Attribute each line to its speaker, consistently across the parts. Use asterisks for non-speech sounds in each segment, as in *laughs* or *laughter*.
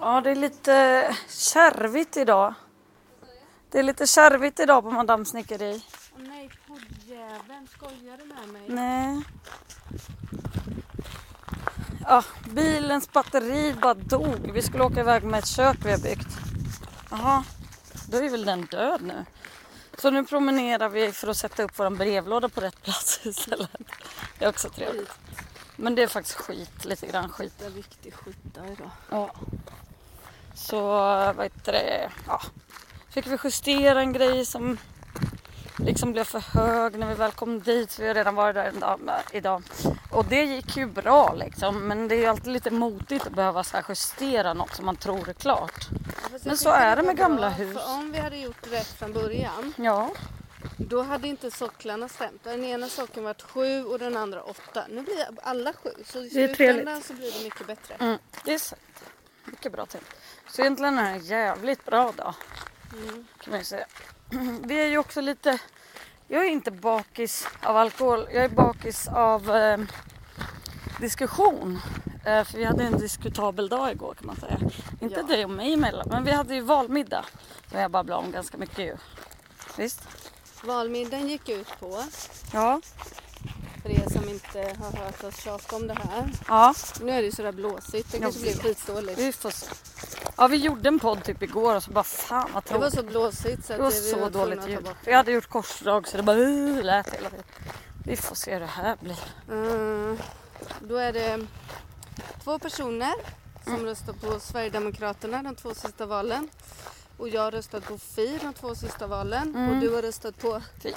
Speaker 1: Ja, det är lite kärvigt idag. Det är lite kärvigt idag på Madame Snickeri.
Speaker 2: Åh nej, poddjäveln, skojar du med mig?
Speaker 1: Nej. Ja, bilens batteri bara dog. Vi skulle åka iväg med ett kök vi har byggt. Jaha, då är väl den död nu. Så nu promenerar vi för att sätta upp vår brevlåda på rätt plats istället. Det är också trevligt.
Speaker 2: Skit,
Speaker 1: Men det är faktiskt skit, lite grann skit.
Speaker 2: det är viktig skita idag.
Speaker 1: Ja. Så vad heter det? Ja. Fick vi justera en grej som liksom blev för hög när vi väl kom dit. Vi har redan varit där en dag, idag. Och det gick ju bra liksom. Men det är ju alltid lite motigt att behöva så här justera något som man tror är klart.
Speaker 2: Fast jag
Speaker 1: Men så
Speaker 2: tycker
Speaker 1: är det
Speaker 2: var
Speaker 1: med gamla
Speaker 2: bra,
Speaker 1: hus.
Speaker 2: För om vi hade gjort rätt från början,
Speaker 1: Ja,
Speaker 2: då hade inte socklarna stämt. Den ena socken varit sju och den andra åtta. Nu blir alla sju, så i
Speaker 1: Det är
Speaker 2: slutändan så blir det mycket bättre.
Speaker 1: mm, det är sant. Mycket bra tänkt. Så egentligen är det en jävligt bra dag.
Speaker 2: Mm.
Speaker 1: kan man ju säga. *clears throat* Vi är ju också lite... Jag är inte bakis av alkohol. Jag är bakis av eh, diskussion. Eh, för vi hade en diskutabel dag igår kan man säga. Inte
Speaker 2: Ja.
Speaker 1: dig och mig emellan, men vi hade ju valmiddag. Som jag babblade om ganska mycket ju. Visst?
Speaker 2: Valmiddagen gick ut på,
Speaker 1: Ja.
Speaker 2: för er som inte har hört oss tjata om det här.
Speaker 1: Ja,
Speaker 2: Nu är det ju sådär blåsigt, det
Speaker 1: Jag
Speaker 2: kanske blir
Speaker 1: vet.
Speaker 2: skitdåligt.
Speaker 1: vi får se. Ja, vi gjorde en podd typ igår och så bara fan vad
Speaker 2: Det var
Speaker 1: tråkigt.
Speaker 2: så blåsigt så att
Speaker 1: Det var
Speaker 2: vi
Speaker 1: så
Speaker 2: var tvungna
Speaker 1: dåligt
Speaker 2: att ta
Speaker 1: ljud.
Speaker 2: bort
Speaker 1: Vi hade gjort korsdrag så det bara uh, lät hela tiden. Vi får se hur det här blir.
Speaker 2: Mm, Då är det två personer som röstar på Sverigedemokraterna de två sista valen. Och jag har röstat på Fi de två sista valen.
Speaker 1: Mm.
Speaker 2: Och du har röstat på
Speaker 1: Fi.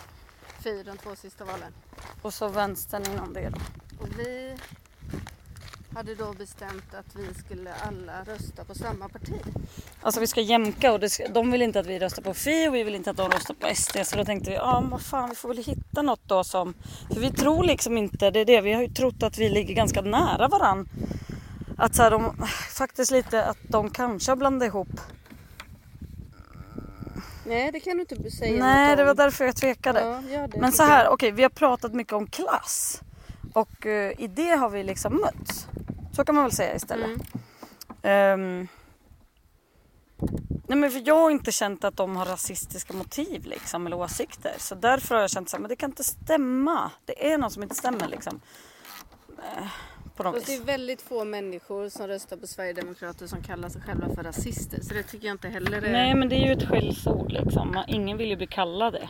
Speaker 2: Fi de två sista valen.
Speaker 1: Och så vänstern inom det då.
Speaker 2: Och vi hade då bestämt att vi skulle alla rösta på samma parti.
Speaker 1: Alltså vi ska jämka och det ska, de vill inte att vi röstar på Fi och vi vill inte att de röstar på SD. Så då tänkte vi, ja men vad fan vi får väl hitta något då som... För vi tror liksom inte, det är det, vi har ju trott att vi ligger ganska nära varann. Att så här, de, faktiskt lite att de kanske har blandat ihop.
Speaker 2: Nej, det kan du inte säga
Speaker 1: Nej
Speaker 2: något
Speaker 1: det var
Speaker 2: om.
Speaker 1: därför jag tvekade.
Speaker 2: Ja, gör det,
Speaker 1: Men
Speaker 2: tycker
Speaker 1: så här, okej vi har pratat mycket om klass. Och eh, i det har vi liksom mötts. Så kan man väl säga
Speaker 2: jag.
Speaker 1: istället.
Speaker 2: Mm.
Speaker 1: Ehm. nej men för jag har inte känt att de har rasistiska motiv liksom, eller åsikter. Så därför har jag känt så här, men det kan inte stämma. Det är något som inte stämmer liksom. Eh, på något
Speaker 2: Fast det är
Speaker 1: vis.
Speaker 2: väldigt få människor som röstar på Sverigedemokrater som kallar sig själva för rasister. Så det tycker jag inte heller är...
Speaker 1: Nej men det är ju ett skällsord liksom. Man- Ingen vill ju bli kallad det.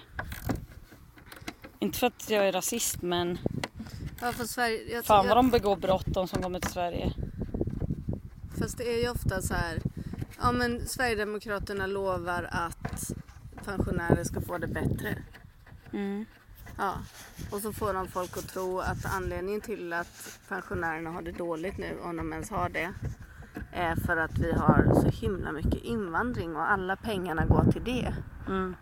Speaker 1: Inte för att jag är rasist men
Speaker 2: Ja, för Sverige, jag,
Speaker 1: fan
Speaker 2: jag,
Speaker 1: vad de begår brott de som kommer till Sverige.
Speaker 2: Fast det är ju ofta så här, ja men Sverigedemokraterna lovar att pensionärer ska få det bättre.
Speaker 1: Mm.
Speaker 2: Ja. Och så får de folk att tro att anledningen till att pensionärerna har det dåligt nu, om de ens har det, är för att vi har så himla mycket invandring och alla pengarna går till det.
Speaker 1: Mm.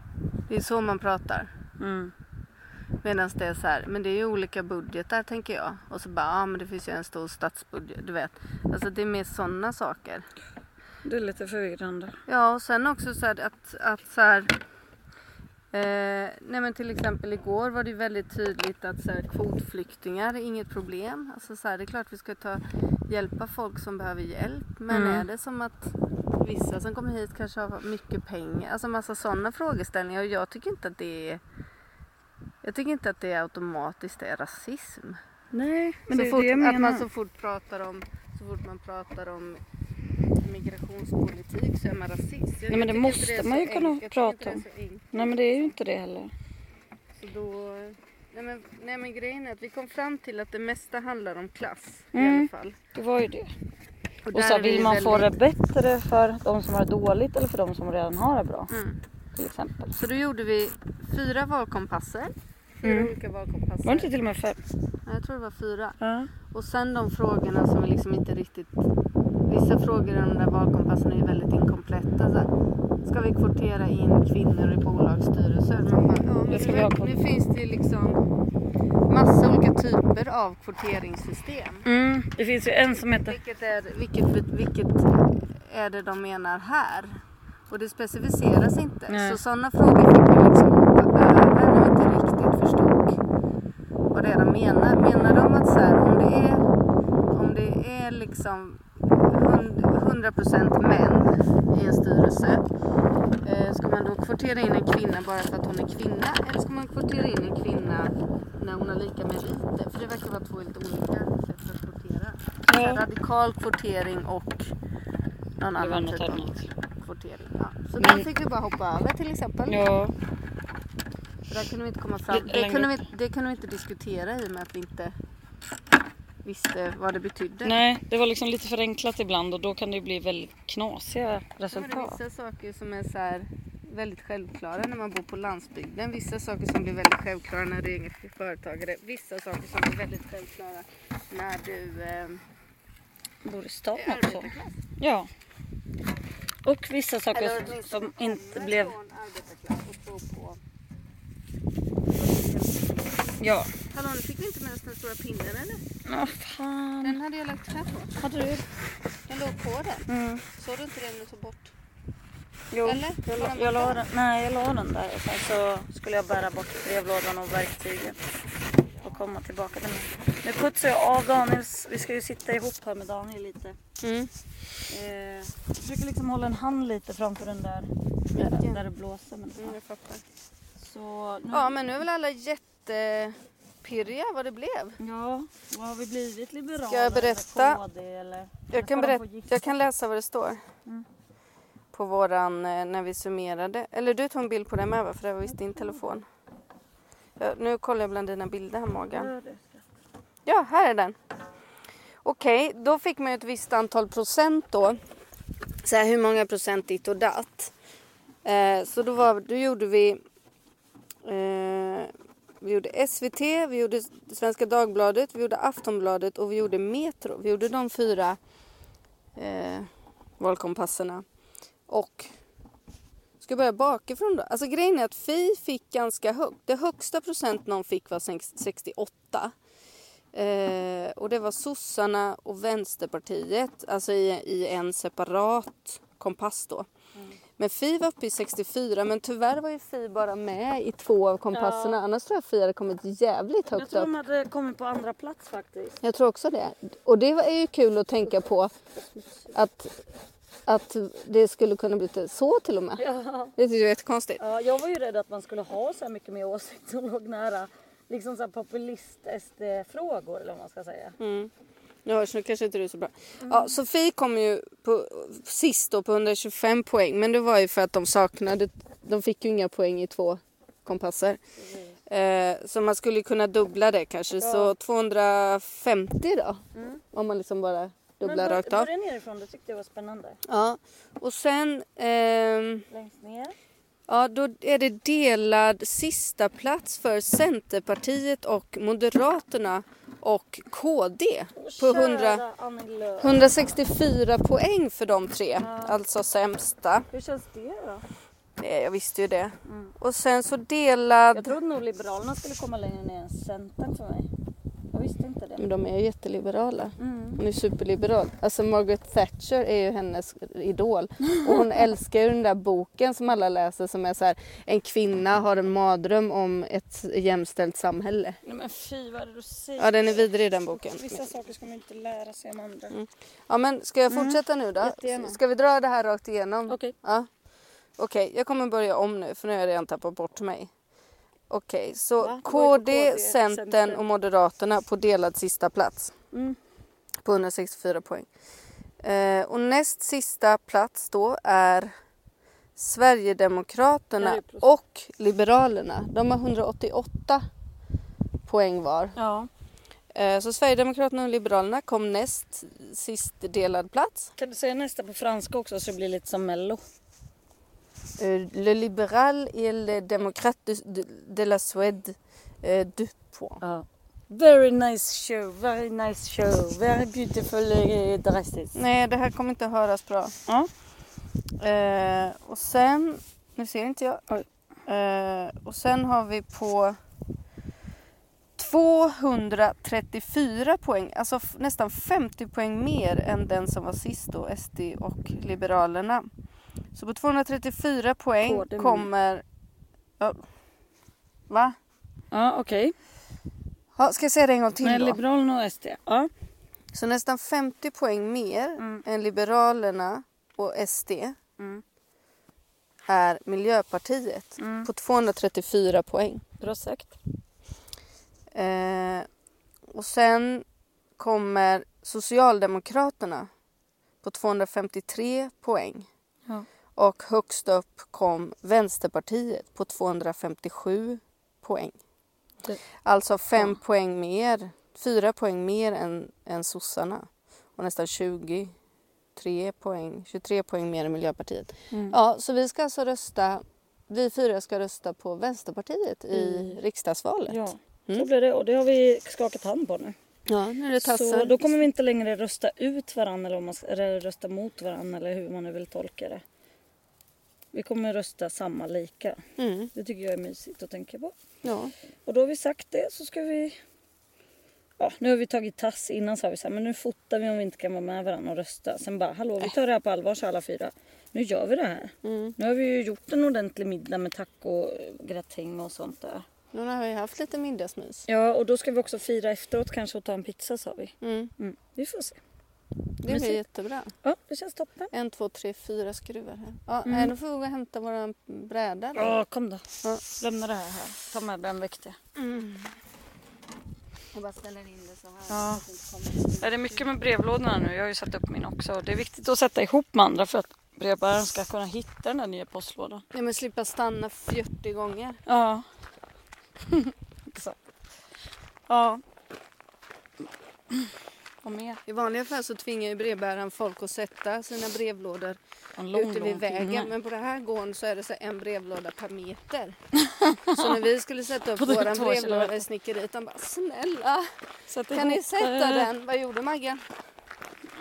Speaker 2: Det är så man pratar.
Speaker 1: Mm.
Speaker 2: Medan det är så här, men det är ju olika budgetar tänker jag. Och så bara, ja men det finns ju en stor statsbudget, du vet. Alltså det är mer sådana saker.
Speaker 1: Det är lite förvirrande.
Speaker 2: Ja, och sen också så här att, att så här, eh, nej men till exempel igår var det ju väldigt tydligt att så här, kvotflyktingar är inget problem. Alltså så här, det är klart vi ska ta, hjälpa folk som behöver hjälp. Men
Speaker 1: Mm.
Speaker 2: är det som att vissa som kommer hit kanske har mycket pengar? Alltså massa sådana frågeställningar. Och jag tycker inte att det är jag tycker inte att det automatiskt är rasism.
Speaker 1: Nej men
Speaker 2: så
Speaker 1: det är
Speaker 2: fort,
Speaker 1: det jag menar.
Speaker 2: Att man så fort pratar om, så fort man pratar om migrationspolitik så är man rasist.
Speaker 1: Nej,
Speaker 2: Jag-
Speaker 1: men det
Speaker 2: jag tycker
Speaker 1: måste
Speaker 2: inte är
Speaker 1: man
Speaker 2: så
Speaker 1: ju kunna
Speaker 2: enkelt. Jag tycker inte
Speaker 1: prata
Speaker 2: det är så enkelt.
Speaker 1: Nej men det är ju inte det heller.
Speaker 2: Så då, nej, men, nej men grejen är att vi kom fram till att det mesta handlar om klass i
Speaker 1: Mm.
Speaker 2: alla fall.
Speaker 1: Det var ju det.
Speaker 2: Och,
Speaker 1: Och
Speaker 2: där
Speaker 1: så
Speaker 2: är
Speaker 1: här,
Speaker 2: vi
Speaker 1: vill man få det
Speaker 2: väldigt-
Speaker 1: bättre för de som har det dåligt eller för de som redan har det bra
Speaker 2: Mm.
Speaker 1: till exempel?
Speaker 2: Så då gjorde vi fyra valkompasser. Fyra
Speaker 1: Mm.
Speaker 2: olika valkompasser.
Speaker 1: Var det inte till och med fem?
Speaker 2: Nej, jag tror det var fyra.
Speaker 1: Ja.
Speaker 2: Och sen de frågorna som vi liksom inte riktigt... Vissa frågor i de där valkompassen är ju väldigt inkompletta. Så här, ska vi kvotera in kvinnor i bolagsstyrelser? Man bara, ja, men
Speaker 1: Det ska vi ha
Speaker 2: nu-
Speaker 1: kvar.
Speaker 2: nu finns det ju liksom massa olika typer av kvoteringssystem.
Speaker 1: Mm, det finns ju en som heter...
Speaker 2: Vilket är, vilket, vilket är det de menar här? Och det specificeras inte.
Speaker 1: Nej.
Speaker 2: Så sådana frågor fick vi liksom hoppa över när vi inte riktigt förstod vad det är de menar. Menar de att så här, om det är, om det är liksom hund- 100% män i en styrelse. Eh, Ska man då kvotera in en kvinna bara för att hon är kvinna eller ska man kvotera in en kvinna när hon har lika meriter? För det verkar vara två helt olika sätt att kvotera. Så här,
Speaker 1: Ja.
Speaker 2: radikal kvotering och någon
Speaker 1: Det var
Speaker 2: annan
Speaker 1: något
Speaker 2: typ av
Speaker 1: annat.
Speaker 2: kvotering. Ja. Så
Speaker 1: Men-
Speaker 2: den fick vi bara hoppa över till exempel.
Speaker 1: Ja.
Speaker 2: För där kunde vi inte komma fram.
Speaker 1: Lite
Speaker 2: Det
Speaker 1: längre
Speaker 2: kunde, vi, det kunde vi inte diskutera i och med att vi inte visste vad det betydde.
Speaker 1: Nej, det var liksom lite förenklat ibland och då kan det ju bli väldigt knasiga
Speaker 2: Sen var det
Speaker 1: resultat.
Speaker 2: vissa saker som är så här väldigt självklara när man bor på landsbygden. Vissa saker som blir väldigt självklara när du är egen företagare. Vissa saker som blir väldigt självklara när du eh,
Speaker 1: Bor i stan
Speaker 2: är
Speaker 1: också.
Speaker 2: arbetarklass.
Speaker 1: Ja. Och vissa
Speaker 2: Eller
Speaker 1: saker
Speaker 2: åtminstone
Speaker 1: som inte
Speaker 2: kommer
Speaker 1: blev...
Speaker 2: från arbetarklass och bor på...
Speaker 1: Ja.
Speaker 2: Hallå, nu fick vi inte med oss den stora pinnen eller?
Speaker 1: Åh fan.
Speaker 2: Den hade jag lagt här på.
Speaker 1: Hade du?
Speaker 2: Den låg på den.
Speaker 1: Mm.
Speaker 2: Såg du inte den du tog bort?
Speaker 1: Jo,
Speaker 2: Eller?
Speaker 1: jag,
Speaker 2: Har
Speaker 1: la,
Speaker 2: de
Speaker 1: jag, la
Speaker 2: borta?
Speaker 1: den, nej, jag la den där och sen så skulle jag bära bort brevlådan och verktygen och komma tillbaka till mig. Nu putsar jag av Daniels, vi ska ju sitta ihop här med Daniel lite. Mm. Eh, jag försöker liksom hålla en hand lite framför den där där, där det blåser. Men,
Speaker 2: Mm, jag fattar.
Speaker 1: Så nu,
Speaker 2: Ja, men nu är väl alla jättepirriga vad det blev.
Speaker 1: ja, vad har vi blivit liberala?
Speaker 2: Ska jag berätta?
Speaker 1: Eller KD, eller,
Speaker 2: Jag kan,
Speaker 1: Ska de
Speaker 2: berätta,
Speaker 1: få gift-
Speaker 2: jag kan läsa vad det står.
Speaker 1: Mm.
Speaker 2: På våran, eh, när vi summerade. Eller du tog en bild på det med va? För det var visst din telefon. Ja, nu kollar jag bland dina bilder här Morgan.
Speaker 1: Ja, det ska-
Speaker 2: Ja, här är den. Okej, då fick man ju ett visst antal procent då. Så här, hur många procent ditt och datt. Eh, så då, var, då gjorde vi... Eh, vi gjorde SVT, vi gjorde Svenska Dagbladet, vi gjorde Aftonbladet och vi gjorde Metro. Vi gjorde de fyra eh, valkompasserna. Och... Ska jag börja bakifrån då? Alltså grejen är att Fi fick ganska högt. Det högsta procent någon fick var 68. Eh, och det var sossarna och Vänsterpartiet, alltså i, i en separat kompass då.
Speaker 1: Mm.
Speaker 2: Men Fi var uppe i 64, men tyvärr var ju Fi bara med i två av kompasserna.
Speaker 1: Ja.
Speaker 2: Annars tror jag Fi hade kommit jävligt
Speaker 1: Jag
Speaker 2: högt
Speaker 1: tror
Speaker 2: upp.
Speaker 1: de hade kommit på andra plats faktiskt. *laughs*
Speaker 2: Jag tror också det. Och det är ju kul att tänka på att, att det skulle kunna bli så till och med.
Speaker 1: Ja.
Speaker 2: Det är ju jättekonstigt.
Speaker 1: Ja, jag var ju rädd att man skulle ha så här mycket mer åsikt som låg nära liksom så här populist-SD-frågor eller vad man ska
Speaker 2: Mm.
Speaker 1: säga.
Speaker 2: Nu hörs, nu kanske inte du är så bra. Ja, Sofie kom ju på, sist då på 125 poäng men det var ju för att de saknade, de fick ju inga poäng i två kompasser. Eh, så man skulle kunna dubbla det kanske, så 250 då. Om man liksom bara dubblar
Speaker 1: bör-
Speaker 2: rakt av.
Speaker 1: Börja nerifrån, det tyckte jag var spännande.
Speaker 2: Ja, och sen ehm,
Speaker 1: Längst ner.
Speaker 2: Ja, då är det delad sista plats för Centerpartiet och Moderaterna och KD på 100,
Speaker 1: Kära Annie Lööf.
Speaker 2: 164 poäng för de tre, alltså sämsta.
Speaker 1: Hur känns det då?
Speaker 2: Eh, Jag visste ju det.
Speaker 1: Mm.
Speaker 2: Och sen så
Speaker 1: Jag
Speaker 2: delad...
Speaker 1: trodde nog Liberalerna skulle komma längre ner än Centern för mig. Jag visste inte det.
Speaker 2: Men de är ju jätteliberala.
Speaker 1: Mm.
Speaker 2: Hon är superliberal. Alltså Margaret Thatcher är ju hennes idol. Och hon älskar ju den där boken som alla läser som är så här En kvinna har en mardröm om ett jämställt samhälle.
Speaker 1: Nej men fy vad är det du säger?
Speaker 2: Ja, den Mm. är vidrig den boken.
Speaker 1: Vissa saker ska man inte lära sig om andra.
Speaker 2: Ja, men ska jag fortsätta nu då?
Speaker 1: Mm. Jättegärna.
Speaker 2: Ska vi dra det här rakt igenom?
Speaker 1: Okej.
Speaker 2: Ja. Okej, jag kommer börja om nu för nu har jag redan tappat bort mig. Okej,
Speaker 1: Va?
Speaker 2: så
Speaker 1: Vad är på
Speaker 2: KD,
Speaker 1: KD,
Speaker 2: Centern
Speaker 1: Centern?
Speaker 2: och Moderaterna på delad sista plats
Speaker 1: Mm.
Speaker 2: på 164 poäng. Eh, och näst sista plats då är Sverigedemokraterna
Speaker 1: Ja, det är plus.
Speaker 2: och Liberalerna. De har 188 poäng var.
Speaker 1: Ja.
Speaker 2: Eh, så Sverigedemokraterna och Liberalerna kom näst sist delad plats.
Speaker 1: Kan du säga nästa på franska också så det blir lite som mello?
Speaker 2: Euh, le libéral et le démocrate de, de- de la Suède, euh, deux points.
Speaker 1: Ja. Ah. Very nice show, very nice show, very beautiful eh, dresses.
Speaker 2: Nej, det här kommer inte höras bra.
Speaker 1: Ja.
Speaker 2: Eh, och sen, nu ser inte jag.
Speaker 1: Oj.
Speaker 2: Eh, och sen har vi på 234 poäng, alltså f- nästan 50 poäng mer än den som var sist då, SD och Liberalerna. Så på 234 poäng
Speaker 1: KD med.
Speaker 2: kommer... Ja. Va?
Speaker 1: Ja okej.
Speaker 2: Ja, ska jag säga det en gång till
Speaker 1: Nej,
Speaker 2: då?
Speaker 1: Liberalerna och SD. Ja.
Speaker 2: Så nästan 50 poäng mer än Liberalerna och SD
Speaker 1: Mm.
Speaker 2: är Miljöpartiet på 234 poäng.
Speaker 1: Bra sagt.
Speaker 2: Eh, och sen kommer Socialdemokraterna på 253 poäng.
Speaker 1: Ja.
Speaker 2: Och högst upp kom Vänsterpartiet på 257 poäng.
Speaker 1: Det-
Speaker 2: Alltså fem poäng mer, fyra poäng mer än, än sossarna. Och nästan 23 poäng, 23 poäng mer än Miljöpartiet.
Speaker 1: Mm.
Speaker 2: Ja, så vi ska alltså rösta, vi fyra ska rösta på Vänsterpartiet i riksdagsvalet.
Speaker 1: Ja, så blir det. Och det har vi skakat hand på nu.
Speaker 2: Ja, nu är det
Speaker 1: Så
Speaker 2: tassen.
Speaker 1: då kommer vi inte längre rösta ut varandra eller, om man ska, eller rösta mot varandra eller hur man nu vill tolka det. Vi kommer rösta samma lika.
Speaker 2: Mm,
Speaker 1: Det tycker jag är mysigt att tänka på.
Speaker 2: ja.
Speaker 1: Och då har vi sagt det så ska vi... Ja, nu har vi tagit tass innan så har vi så här, men nu fotar vi om vi inte kan vara med varandra och rösta. Sen bara, hallå vi tar det här på allvar så alla fyra. Nu gör vi det här.
Speaker 2: Mm.
Speaker 1: Nu har vi ju gjort en ordentlig middag med tacogratäng och sånt där.
Speaker 2: Nu har vi haft lite middagsmys.
Speaker 1: Ja, och då ska vi också fira efteråt kanske och ta en pizza sa vi.
Speaker 2: Mm,
Speaker 1: Mm. Vi får se.
Speaker 2: det
Speaker 1: Mysigt.
Speaker 2: blir jättebra.
Speaker 1: Ja, det känns toppen.
Speaker 2: En, två, tre, fyra skruvar här. Ja,
Speaker 1: Mm.
Speaker 2: mm. Då får vi gå och hämta våra bräda. då.
Speaker 1: Ja, kom då.
Speaker 2: Ja.
Speaker 1: Lämna det här här. Ta med den viktiga.
Speaker 2: Jag bara ställer in det så här.
Speaker 1: Ja.
Speaker 2: så att det inte kommer-
Speaker 1: Är det mycket med brevlådorna nu? Jag har ju satt upp min också. Det är viktigt att sätta ihop med andra för att brevbäraren ska kunna hitta den där nya postlådan.
Speaker 2: Ja, men slippa stanna 40 gånger.
Speaker 1: *laughs* Ja. Exakt. Ja. Och mer.
Speaker 2: I vanliga fall så tvingar ju brevbäraren folk att sätta sina brevlådor
Speaker 1: En lång,
Speaker 2: ute
Speaker 1: lång
Speaker 2: vid vägen.
Speaker 1: pinne.
Speaker 2: Men på den här gården så är det så en brevlåda
Speaker 1: *laughs*
Speaker 2: per meter. så när vi skulle sätta upp
Speaker 1: På typ
Speaker 2: våran
Speaker 1: två
Speaker 2: brevlåda
Speaker 1: kilometer.
Speaker 2: i snickeriet, de bara snälla
Speaker 1: Sätt
Speaker 2: kan ni
Speaker 1: ihop
Speaker 2: sätta
Speaker 1: det.
Speaker 2: den? Vad gjorde Maggan?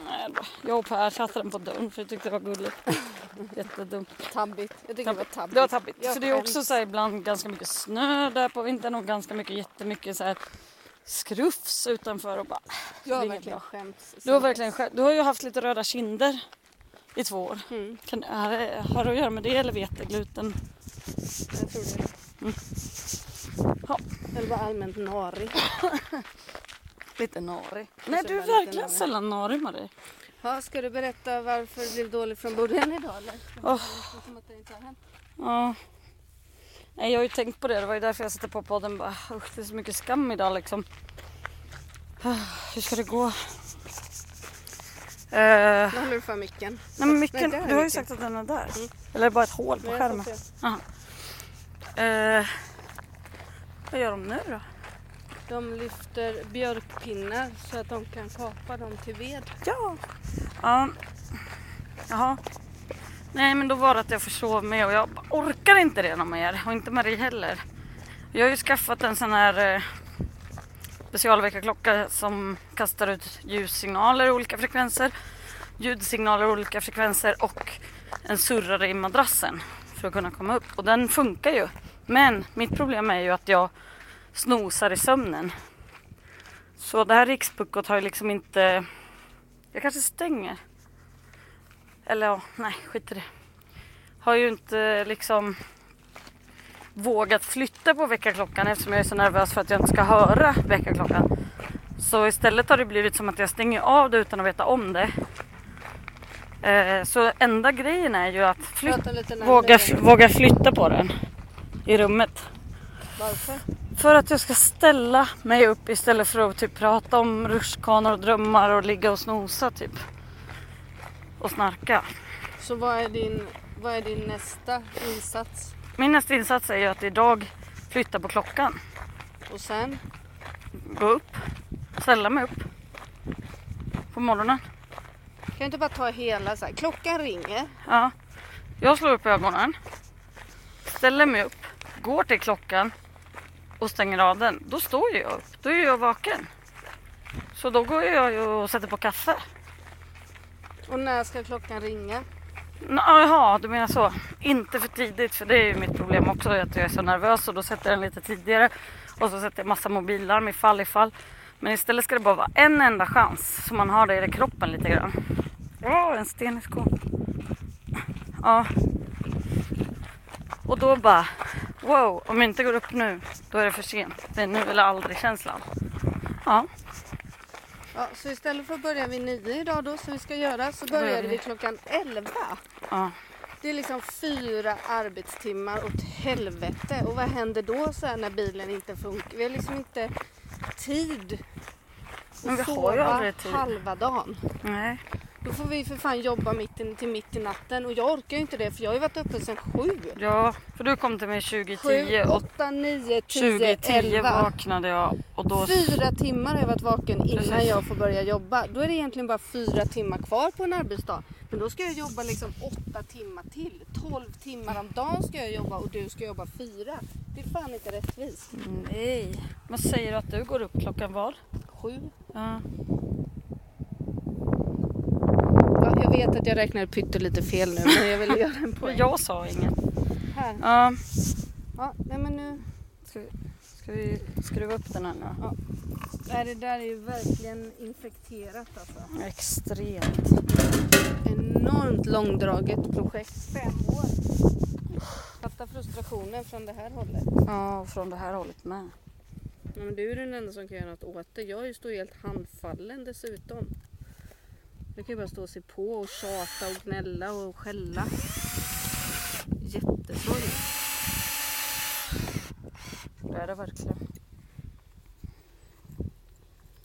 Speaker 1: Nej, det var- Jag och Per satte den på dörren för jag tyckte det var *laughs* gulligt. Jättedumt.
Speaker 2: Tabbigt. Jag tycker det var tabbigt.
Speaker 1: Det var tabbigt.
Speaker 2: Jag
Speaker 1: För det är också
Speaker 2: skäms.
Speaker 1: så här, ibland ganska mycket snö där på vintern och ganska mycket, jättemycket så här skrufs utanför och bara
Speaker 2: Jag
Speaker 1: Det
Speaker 2: har
Speaker 1: är
Speaker 2: verkligen
Speaker 1: bra.
Speaker 2: skämts.
Speaker 1: Du har verkligen själv, du har ju haft lite röda kinder i två år.
Speaker 2: Mm,
Speaker 1: Kan, är, det- har det att göra med det eller vetegluten?
Speaker 2: jag tror det.
Speaker 1: Mm. Ja.
Speaker 2: Eller bara allmänt narig.
Speaker 1: Lite narig. Nej,
Speaker 2: så
Speaker 1: du
Speaker 2: är
Speaker 1: är
Speaker 2: man lite
Speaker 1: verkligen
Speaker 2: narig.
Speaker 1: sällan narig Marie.
Speaker 2: Ja, ska du berätta varför det blev dåligt från början idag eller?
Speaker 1: Åh.
Speaker 2: Det som att det inte har hänt.
Speaker 1: Ja. Nej, jag har ju tänkt på det. Det var ju därför jag satte på podden. Bara, Usch, det är så mycket skam idag liksom. *sighs* Ah, Hur ska det gå? Eh,
Speaker 2: Nu håller du för micken.
Speaker 1: nej men micken,
Speaker 2: där är
Speaker 1: du har ju
Speaker 2: micken.
Speaker 1: sagt att den är där. Eller är det bara ett hål på
Speaker 2: Mm. Nej,
Speaker 1: skärmen.
Speaker 2: jag får se.
Speaker 1: Eh, vad gör de nu då?
Speaker 2: De lyfter björkpinnar så att de kan kapa dem till ved.
Speaker 1: Ja. ja. Jaha. Nej men då var det att jag försov mig och jag bara orkar inte det någon mer och inte Marie heller. Jag har ju skaffat en sån här eh, specialväckarklocka som kastar ut ljussignaler i olika frekvenser, ljudsignaler i olika frekvenser och en surrare i madrassen för att kunna komma upp och den funkar ju. Men mitt problem är ju att jag snosar i sömnen. Så det här rikspuckot har ju liksom inte jag kanske stänger. Eller ja, nej skit i det. Har ju inte liksom vågat flytta på väckarklockan eftersom jag är så nervös för att jag inte ska höra väckarklockan. Så istället har det blivit som att jag stänger av det utan att veta om det. Eh, så enda grejen är ju att flyt,
Speaker 2: Prata lite närmare.
Speaker 1: våga, fl- våga flytta på den i rummet.
Speaker 2: Varför?
Speaker 1: För att jag ska ställa mig upp istället för att typ prata om rutschkanor och drömmar och ligga och snosa typ. Och snarka.
Speaker 2: Så vad är din, vad är din nästa insats?
Speaker 1: Min nästa insats är ju att idag flytta på klockan.
Speaker 2: Och sen?
Speaker 1: Gå upp. Ställa mig upp. På morgonen.
Speaker 2: Kan du inte bara ta hela så här? Klockan ringer.
Speaker 1: Ja. Jag slår upp ögonen. Ställer mig upp. Går till klockan. Och stänger av den. Då står ju jag upp. Då är jag vaken. Så då går jag ju och sätter på kaffe.
Speaker 2: Och när ska klockan ringa?
Speaker 1: Nå, Jaha, du menar så. Inte för tidigt, för det är ju mitt problem också. Att jag är så nervös och då sätter jag den lite tidigare. Och så sätter jag massa mobilarm ifall, ifall. Men istället ska det bara vara en enda chans. Så man har det i kroppen lite grann. Åh, en sten i skon. Ja. Och då bara, wow, om jag inte går upp nu, då är det för sent. Det är nu eller aldrig känslan. Ja,
Speaker 2: Ja, Ja, så istället för att börja vid nio idag då som vi ska göra så började vi klockan elva.
Speaker 1: Ja.
Speaker 2: Det är liksom fyra arbetstimmar åt helvete. Och vad händer då så här när bilen inte funkar? Vi har liksom inte tid
Speaker 1: Men vi
Speaker 2: att
Speaker 1: har ju
Speaker 2: sova
Speaker 1: aldrig tid.
Speaker 2: halva dagen.
Speaker 1: Nej.
Speaker 2: Då får vi för fan jobba mitt i, till mitt i natten och jag orkar ju inte det för jag har ju varit uppe sedan sju.
Speaker 1: Ja, för du kom till mig 2010
Speaker 2: Sju,
Speaker 1: och
Speaker 2: åtta, nio, tio,
Speaker 1: 2010
Speaker 2: elva.
Speaker 1: vaknade jag och då...
Speaker 2: Fyra timmar har jag varit vaken innan
Speaker 1: Precis.
Speaker 2: jag får börja jobba. Då är det egentligen bara fyra timmar kvar på en arbetsdag. Men då ska jag jobba liksom åtta timmar till. Tolv timmar om dagen ska jag jobba och du ska jobba fyra. Det är fan inte rättvist.
Speaker 1: Nej. Men säger du att du går upp klockan vad?
Speaker 2: Sju.
Speaker 1: Ja.
Speaker 2: Ja, jag vet att jag räknar pyttelite fel nu men jag ville göra en
Speaker 1: Men *laughs*
Speaker 2: poäng.
Speaker 1: jag sa inget.
Speaker 2: Här.
Speaker 1: Ja.
Speaker 2: Ja, nej men nu.
Speaker 1: Ska vi, ska vi skruva upp den här nu?
Speaker 2: Nej, det där är ju verkligen infekterat alltså.
Speaker 1: Extremt.
Speaker 2: Enormt långdraget projekt. Fem år. Fatta frustrationen från det här hållet.
Speaker 1: Ja, och från det här hållet med.
Speaker 2: Ja, men du är den enda som kan göra något åt det. Jag är ju står helt handfallen dessutom. Jag kan ju bara stå och se på och tjata och gnälla och skälla. Jättesorgligt.
Speaker 1: Det är det verkligen.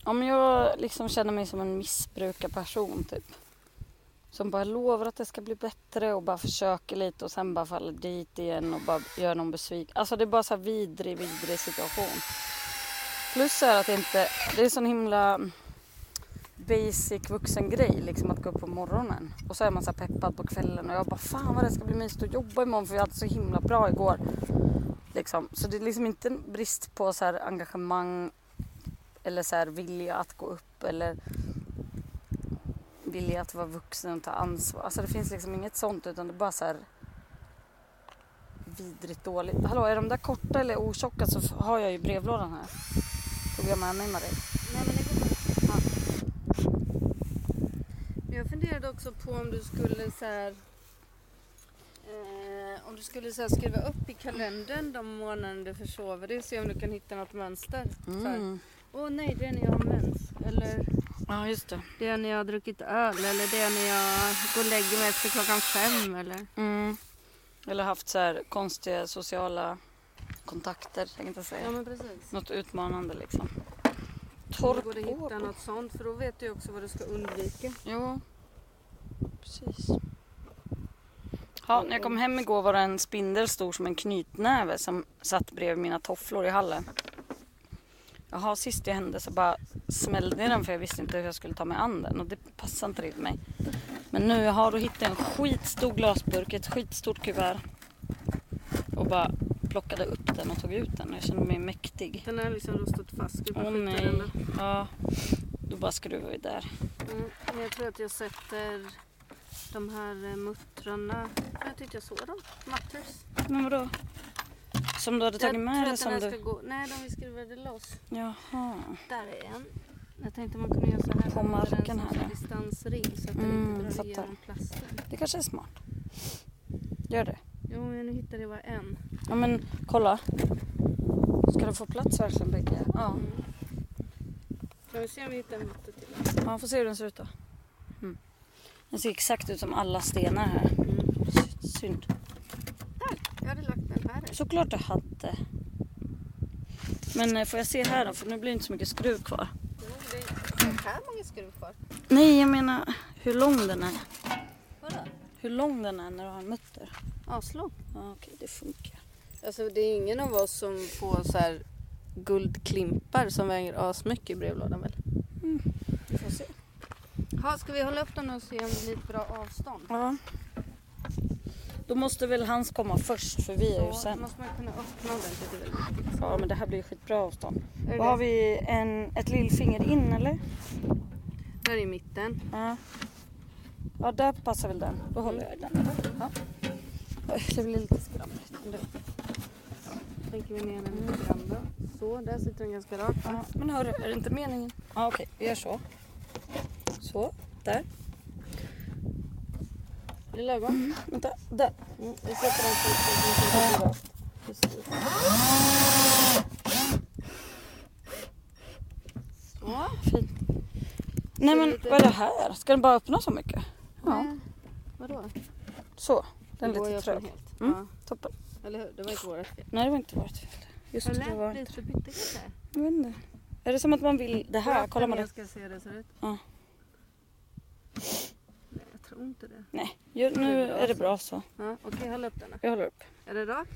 Speaker 1: Om jag liksom känner mig som en missbrukarperson typ. Som bara lovar att det ska bli bättre och bara försöker lite och sen bara faller dit igen och bara gör någon besviken. Alltså det är bara så här vidrig, vidrig situation. Plus är att det inte, det är sån himla basic vuxen grej liksom att gå upp på morgonen. Och så är man så här peppad på kvällen och jag bara fan vad det ska bli mysigt att jobba imorgon för vi hade så himla bra igår. Liksom. Så det är liksom inte en brist på så här engagemang eller så här vilja att gå upp eller vilja att vara vuxen och ta ansvar. Alltså det finns liksom inget sånt utan det är bara så här vidrigt dåligt. Hallå, är de där korta eller otjocka så har jag ju brevlådan här. Tog jag med mig Marie.
Speaker 2: Nej, men det går bra. Men Jag funderade också på om du skulle så här, eh, om du skulle så här, skriva upp i kalendern de månader du försover dig. Se om du kan hitta något mönster. Så här, Åh nej, det är när jag har mens. Eller
Speaker 1: Ja, just det.
Speaker 2: det är när jag har druckit öl. Eller det är när jag går och lägger mig efter klockan fem. Eller...
Speaker 1: Mm. Eller haft så här konstiga sociala kontakter, tänkte jag
Speaker 2: Ja
Speaker 1: säga.
Speaker 2: men precis.
Speaker 1: Något utmanande liksom.
Speaker 2: Då
Speaker 1: Torrt
Speaker 2: går det att hitta något sånt för då vet du ju också vad du ska undvika.
Speaker 1: Jo, precis. Ja, när jag kom hem igår var det en spindel stor som en knytnäve som satt bredvid mina tofflor i hallen. Jaha, sist det hände så bara smällde jag den för jag visste inte hur jag skulle ta mig an den och det passade inte riktigt mig. Men nu, jaha, då hittade jag en skitstor glasburk, ett skitstort kuvert och bara plockade upp den och tog ut den och jag kände mig mäktig.
Speaker 2: Den har liksom rostat fast. Ska jag bara
Speaker 1: Åh
Speaker 2: skjuta
Speaker 1: nej.
Speaker 2: den då?
Speaker 1: Ja, då bara skruvar vi där.
Speaker 2: Mm, men jag tror att jag sätter de här eh, muttrarna. Jag tyckte jag såg dem. Mutters.
Speaker 1: Men vadå? Som du hade
Speaker 2: Jag
Speaker 1: tagit
Speaker 2: tror
Speaker 1: med eller
Speaker 2: att den
Speaker 1: som
Speaker 2: här
Speaker 1: du...
Speaker 2: ska gå. Nej, de vi skruvade loss.
Speaker 1: Jaha.
Speaker 2: Där är en. Jag tänkte man kunde göra så här.
Speaker 1: På
Speaker 2: att man hade
Speaker 1: marken
Speaker 2: en sån
Speaker 1: här, ja.
Speaker 2: distansring så att
Speaker 1: Mm,
Speaker 2: den inte
Speaker 1: så att
Speaker 2: drar
Speaker 1: det-
Speaker 2: igenom plasten.
Speaker 1: Det kanske är smart. Gör det.
Speaker 2: Jo, men nu hittade jag bara en.
Speaker 1: Ja men kolla. Ska du få plats verkligen bägge? Ja.
Speaker 2: Mm. Kan vi se om vi hittar en mutter till?
Speaker 1: Ja, får se hur den ser ut då. Mm. Den ser exakt ut som alla stenar här. S- Synd.
Speaker 2: Jag hade lagt den här.
Speaker 1: Såklart du hade. Men eh, får jag se här då? För nu blir det inte så mycket skruv kvar.
Speaker 2: Jo, det är så här många skruv kvar.
Speaker 1: Nej, jag menar hur lång den är.
Speaker 2: Vadå?
Speaker 1: Hur lång den är när du har en mutter.
Speaker 2: Aslång.
Speaker 1: Ja, okej, det funkar.
Speaker 2: Alltså det är ingen av oss som får så här guldklimpar som väger asmycket i brevlådan väl?
Speaker 1: Vi får se.
Speaker 2: Ha, ska vi hålla upp den och se om det blir ett bra avstånd?
Speaker 1: Ja. Då måste väl hans komma först för vi är ju
Speaker 2: då
Speaker 1: sen.
Speaker 2: måste man kunna öppna ordentligt. det är väl-
Speaker 1: Ja men det här blir ju skitbra avstånd.
Speaker 2: Är det
Speaker 1: Då har
Speaker 2: det?
Speaker 1: vi en, ett lillfinger in eller?
Speaker 2: Där i mitten.
Speaker 1: Ja. Ja där passar väl den. Då håller jag i den. Ja. Oj, det blir lite skramligt. men det-
Speaker 2: Tänker vi ner den lite grann då. Så, där sitter den ganska rakt.
Speaker 1: Ja, men hörru, är det inte meningen? Ja okej, vi gör så. Så, där.
Speaker 2: Lilla ögon.
Speaker 1: Vänta, där.
Speaker 2: Mm. Vi sätter den så så- så- så- så- så- Precis. Så.
Speaker 1: Fint. Nej
Speaker 2: Det är
Speaker 1: men
Speaker 2: lite-
Speaker 1: vad är det här? Ska den bara öppna så mycket? Ja,
Speaker 2: Nej. Vadå?
Speaker 1: Så. Den
Speaker 2: Det går
Speaker 1: är
Speaker 2: ju
Speaker 1: lite
Speaker 2: att öppna
Speaker 1: trög.
Speaker 2: helt.
Speaker 1: Mm.
Speaker 2: Ja.
Speaker 1: Toppen.
Speaker 2: Eller hur? Det var inte vårt fel.
Speaker 1: Nej det var inte vårt fel. Just det, det var inte.
Speaker 2: lite pyttelite.
Speaker 1: Jag vet inte. Är det som att man vill det här? Kollar man det?
Speaker 2: Jag ska se hur det ser ut.
Speaker 1: Ja.
Speaker 2: Nej, jag tror inte det.
Speaker 1: Nej, ju- nu
Speaker 2: Det är bra
Speaker 1: är det
Speaker 2: så.
Speaker 1: bra så.
Speaker 2: Ja, Okej, håll upp den då.
Speaker 1: Jag håller upp.
Speaker 2: Är det rakt?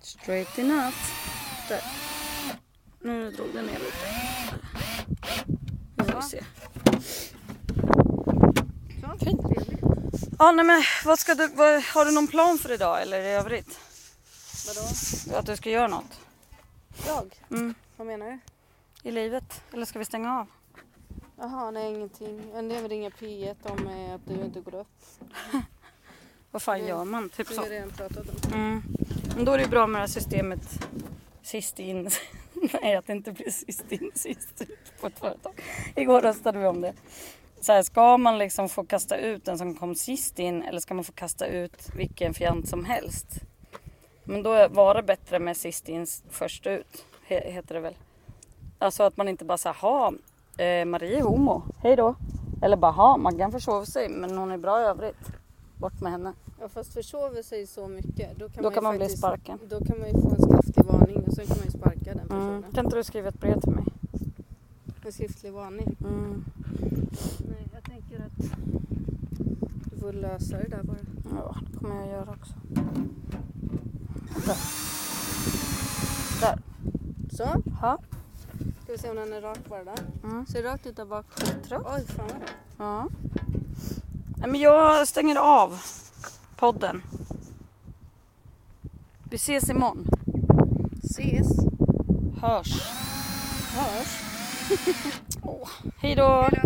Speaker 1: Straight enough. Där. Nu drog den ner lite. Nu får vi se.
Speaker 2: Så.
Speaker 1: Fint.
Speaker 2: Trevligt.
Speaker 1: Ja, nej men vad ska du, vad, har du någon plan för idag eller i övrigt?
Speaker 2: Vadå?
Speaker 1: Att du ska göra något?
Speaker 2: Jag?
Speaker 1: Mm.
Speaker 2: Vad menar du?
Speaker 1: I livet? Eller ska vi stänga av?
Speaker 2: Jaha, nej ingenting. Jag behöver ringa P1 om eh, att du inte går upp.
Speaker 1: Vad fan
Speaker 2: Mm.
Speaker 1: gör man? Typ
Speaker 2: Det
Speaker 1: så.
Speaker 2: har vi redan pratat om.
Speaker 1: Mm. Men då är det ju bra med det här systemet sist in. *laughs* Nej, att det inte blir sist in sist ut på ett företag. Igår röstade vi om det. Så här, ska man liksom få kasta ut den som kom sist in eller ska man få kasta ut vilken fjant som helst? Men då var det bättre med sist in först ut, he- heter det väl. Alltså att man inte bara säger ha eh, Marie är homo, hej då. Eller bara ha Maggan försov sig men hon är bra i övrigt. Bort med henne.
Speaker 2: Ja, fast försover sig så mycket då
Speaker 1: Då
Speaker 2: kan man, ju
Speaker 1: kan man bli
Speaker 2: faktiskt,
Speaker 1: sparken.
Speaker 2: Då kan man ju få en skriftlig varning och sen kan man ju sparka den personen.
Speaker 1: Mm. Kan inte du skriva ett brev till mig?
Speaker 2: En skriftlig varning.
Speaker 1: Mm.
Speaker 2: Nej, jag tänker att du får lösa det där bara.
Speaker 1: Ja, det kommer jag göra också. Där. Där.
Speaker 2: Så,
Speaker 1: Ja.
Speaker 2: ska vi se om den är rak bara där.
Speaker 1: Mm.
Speaker 2: Ser rakt ut där bak?
Speaker 1: tror
Speaker 2: Oj, fan vad rak.
Speaker 1: ja. Nej, men jag stänger av podden. Vi ses imorgon.
Speaker 2: Ses.
Speaker 1: Hörs.
Speaker 2: Hörs.
Speaker 1: Hej då.
Speaker 2: Hej då.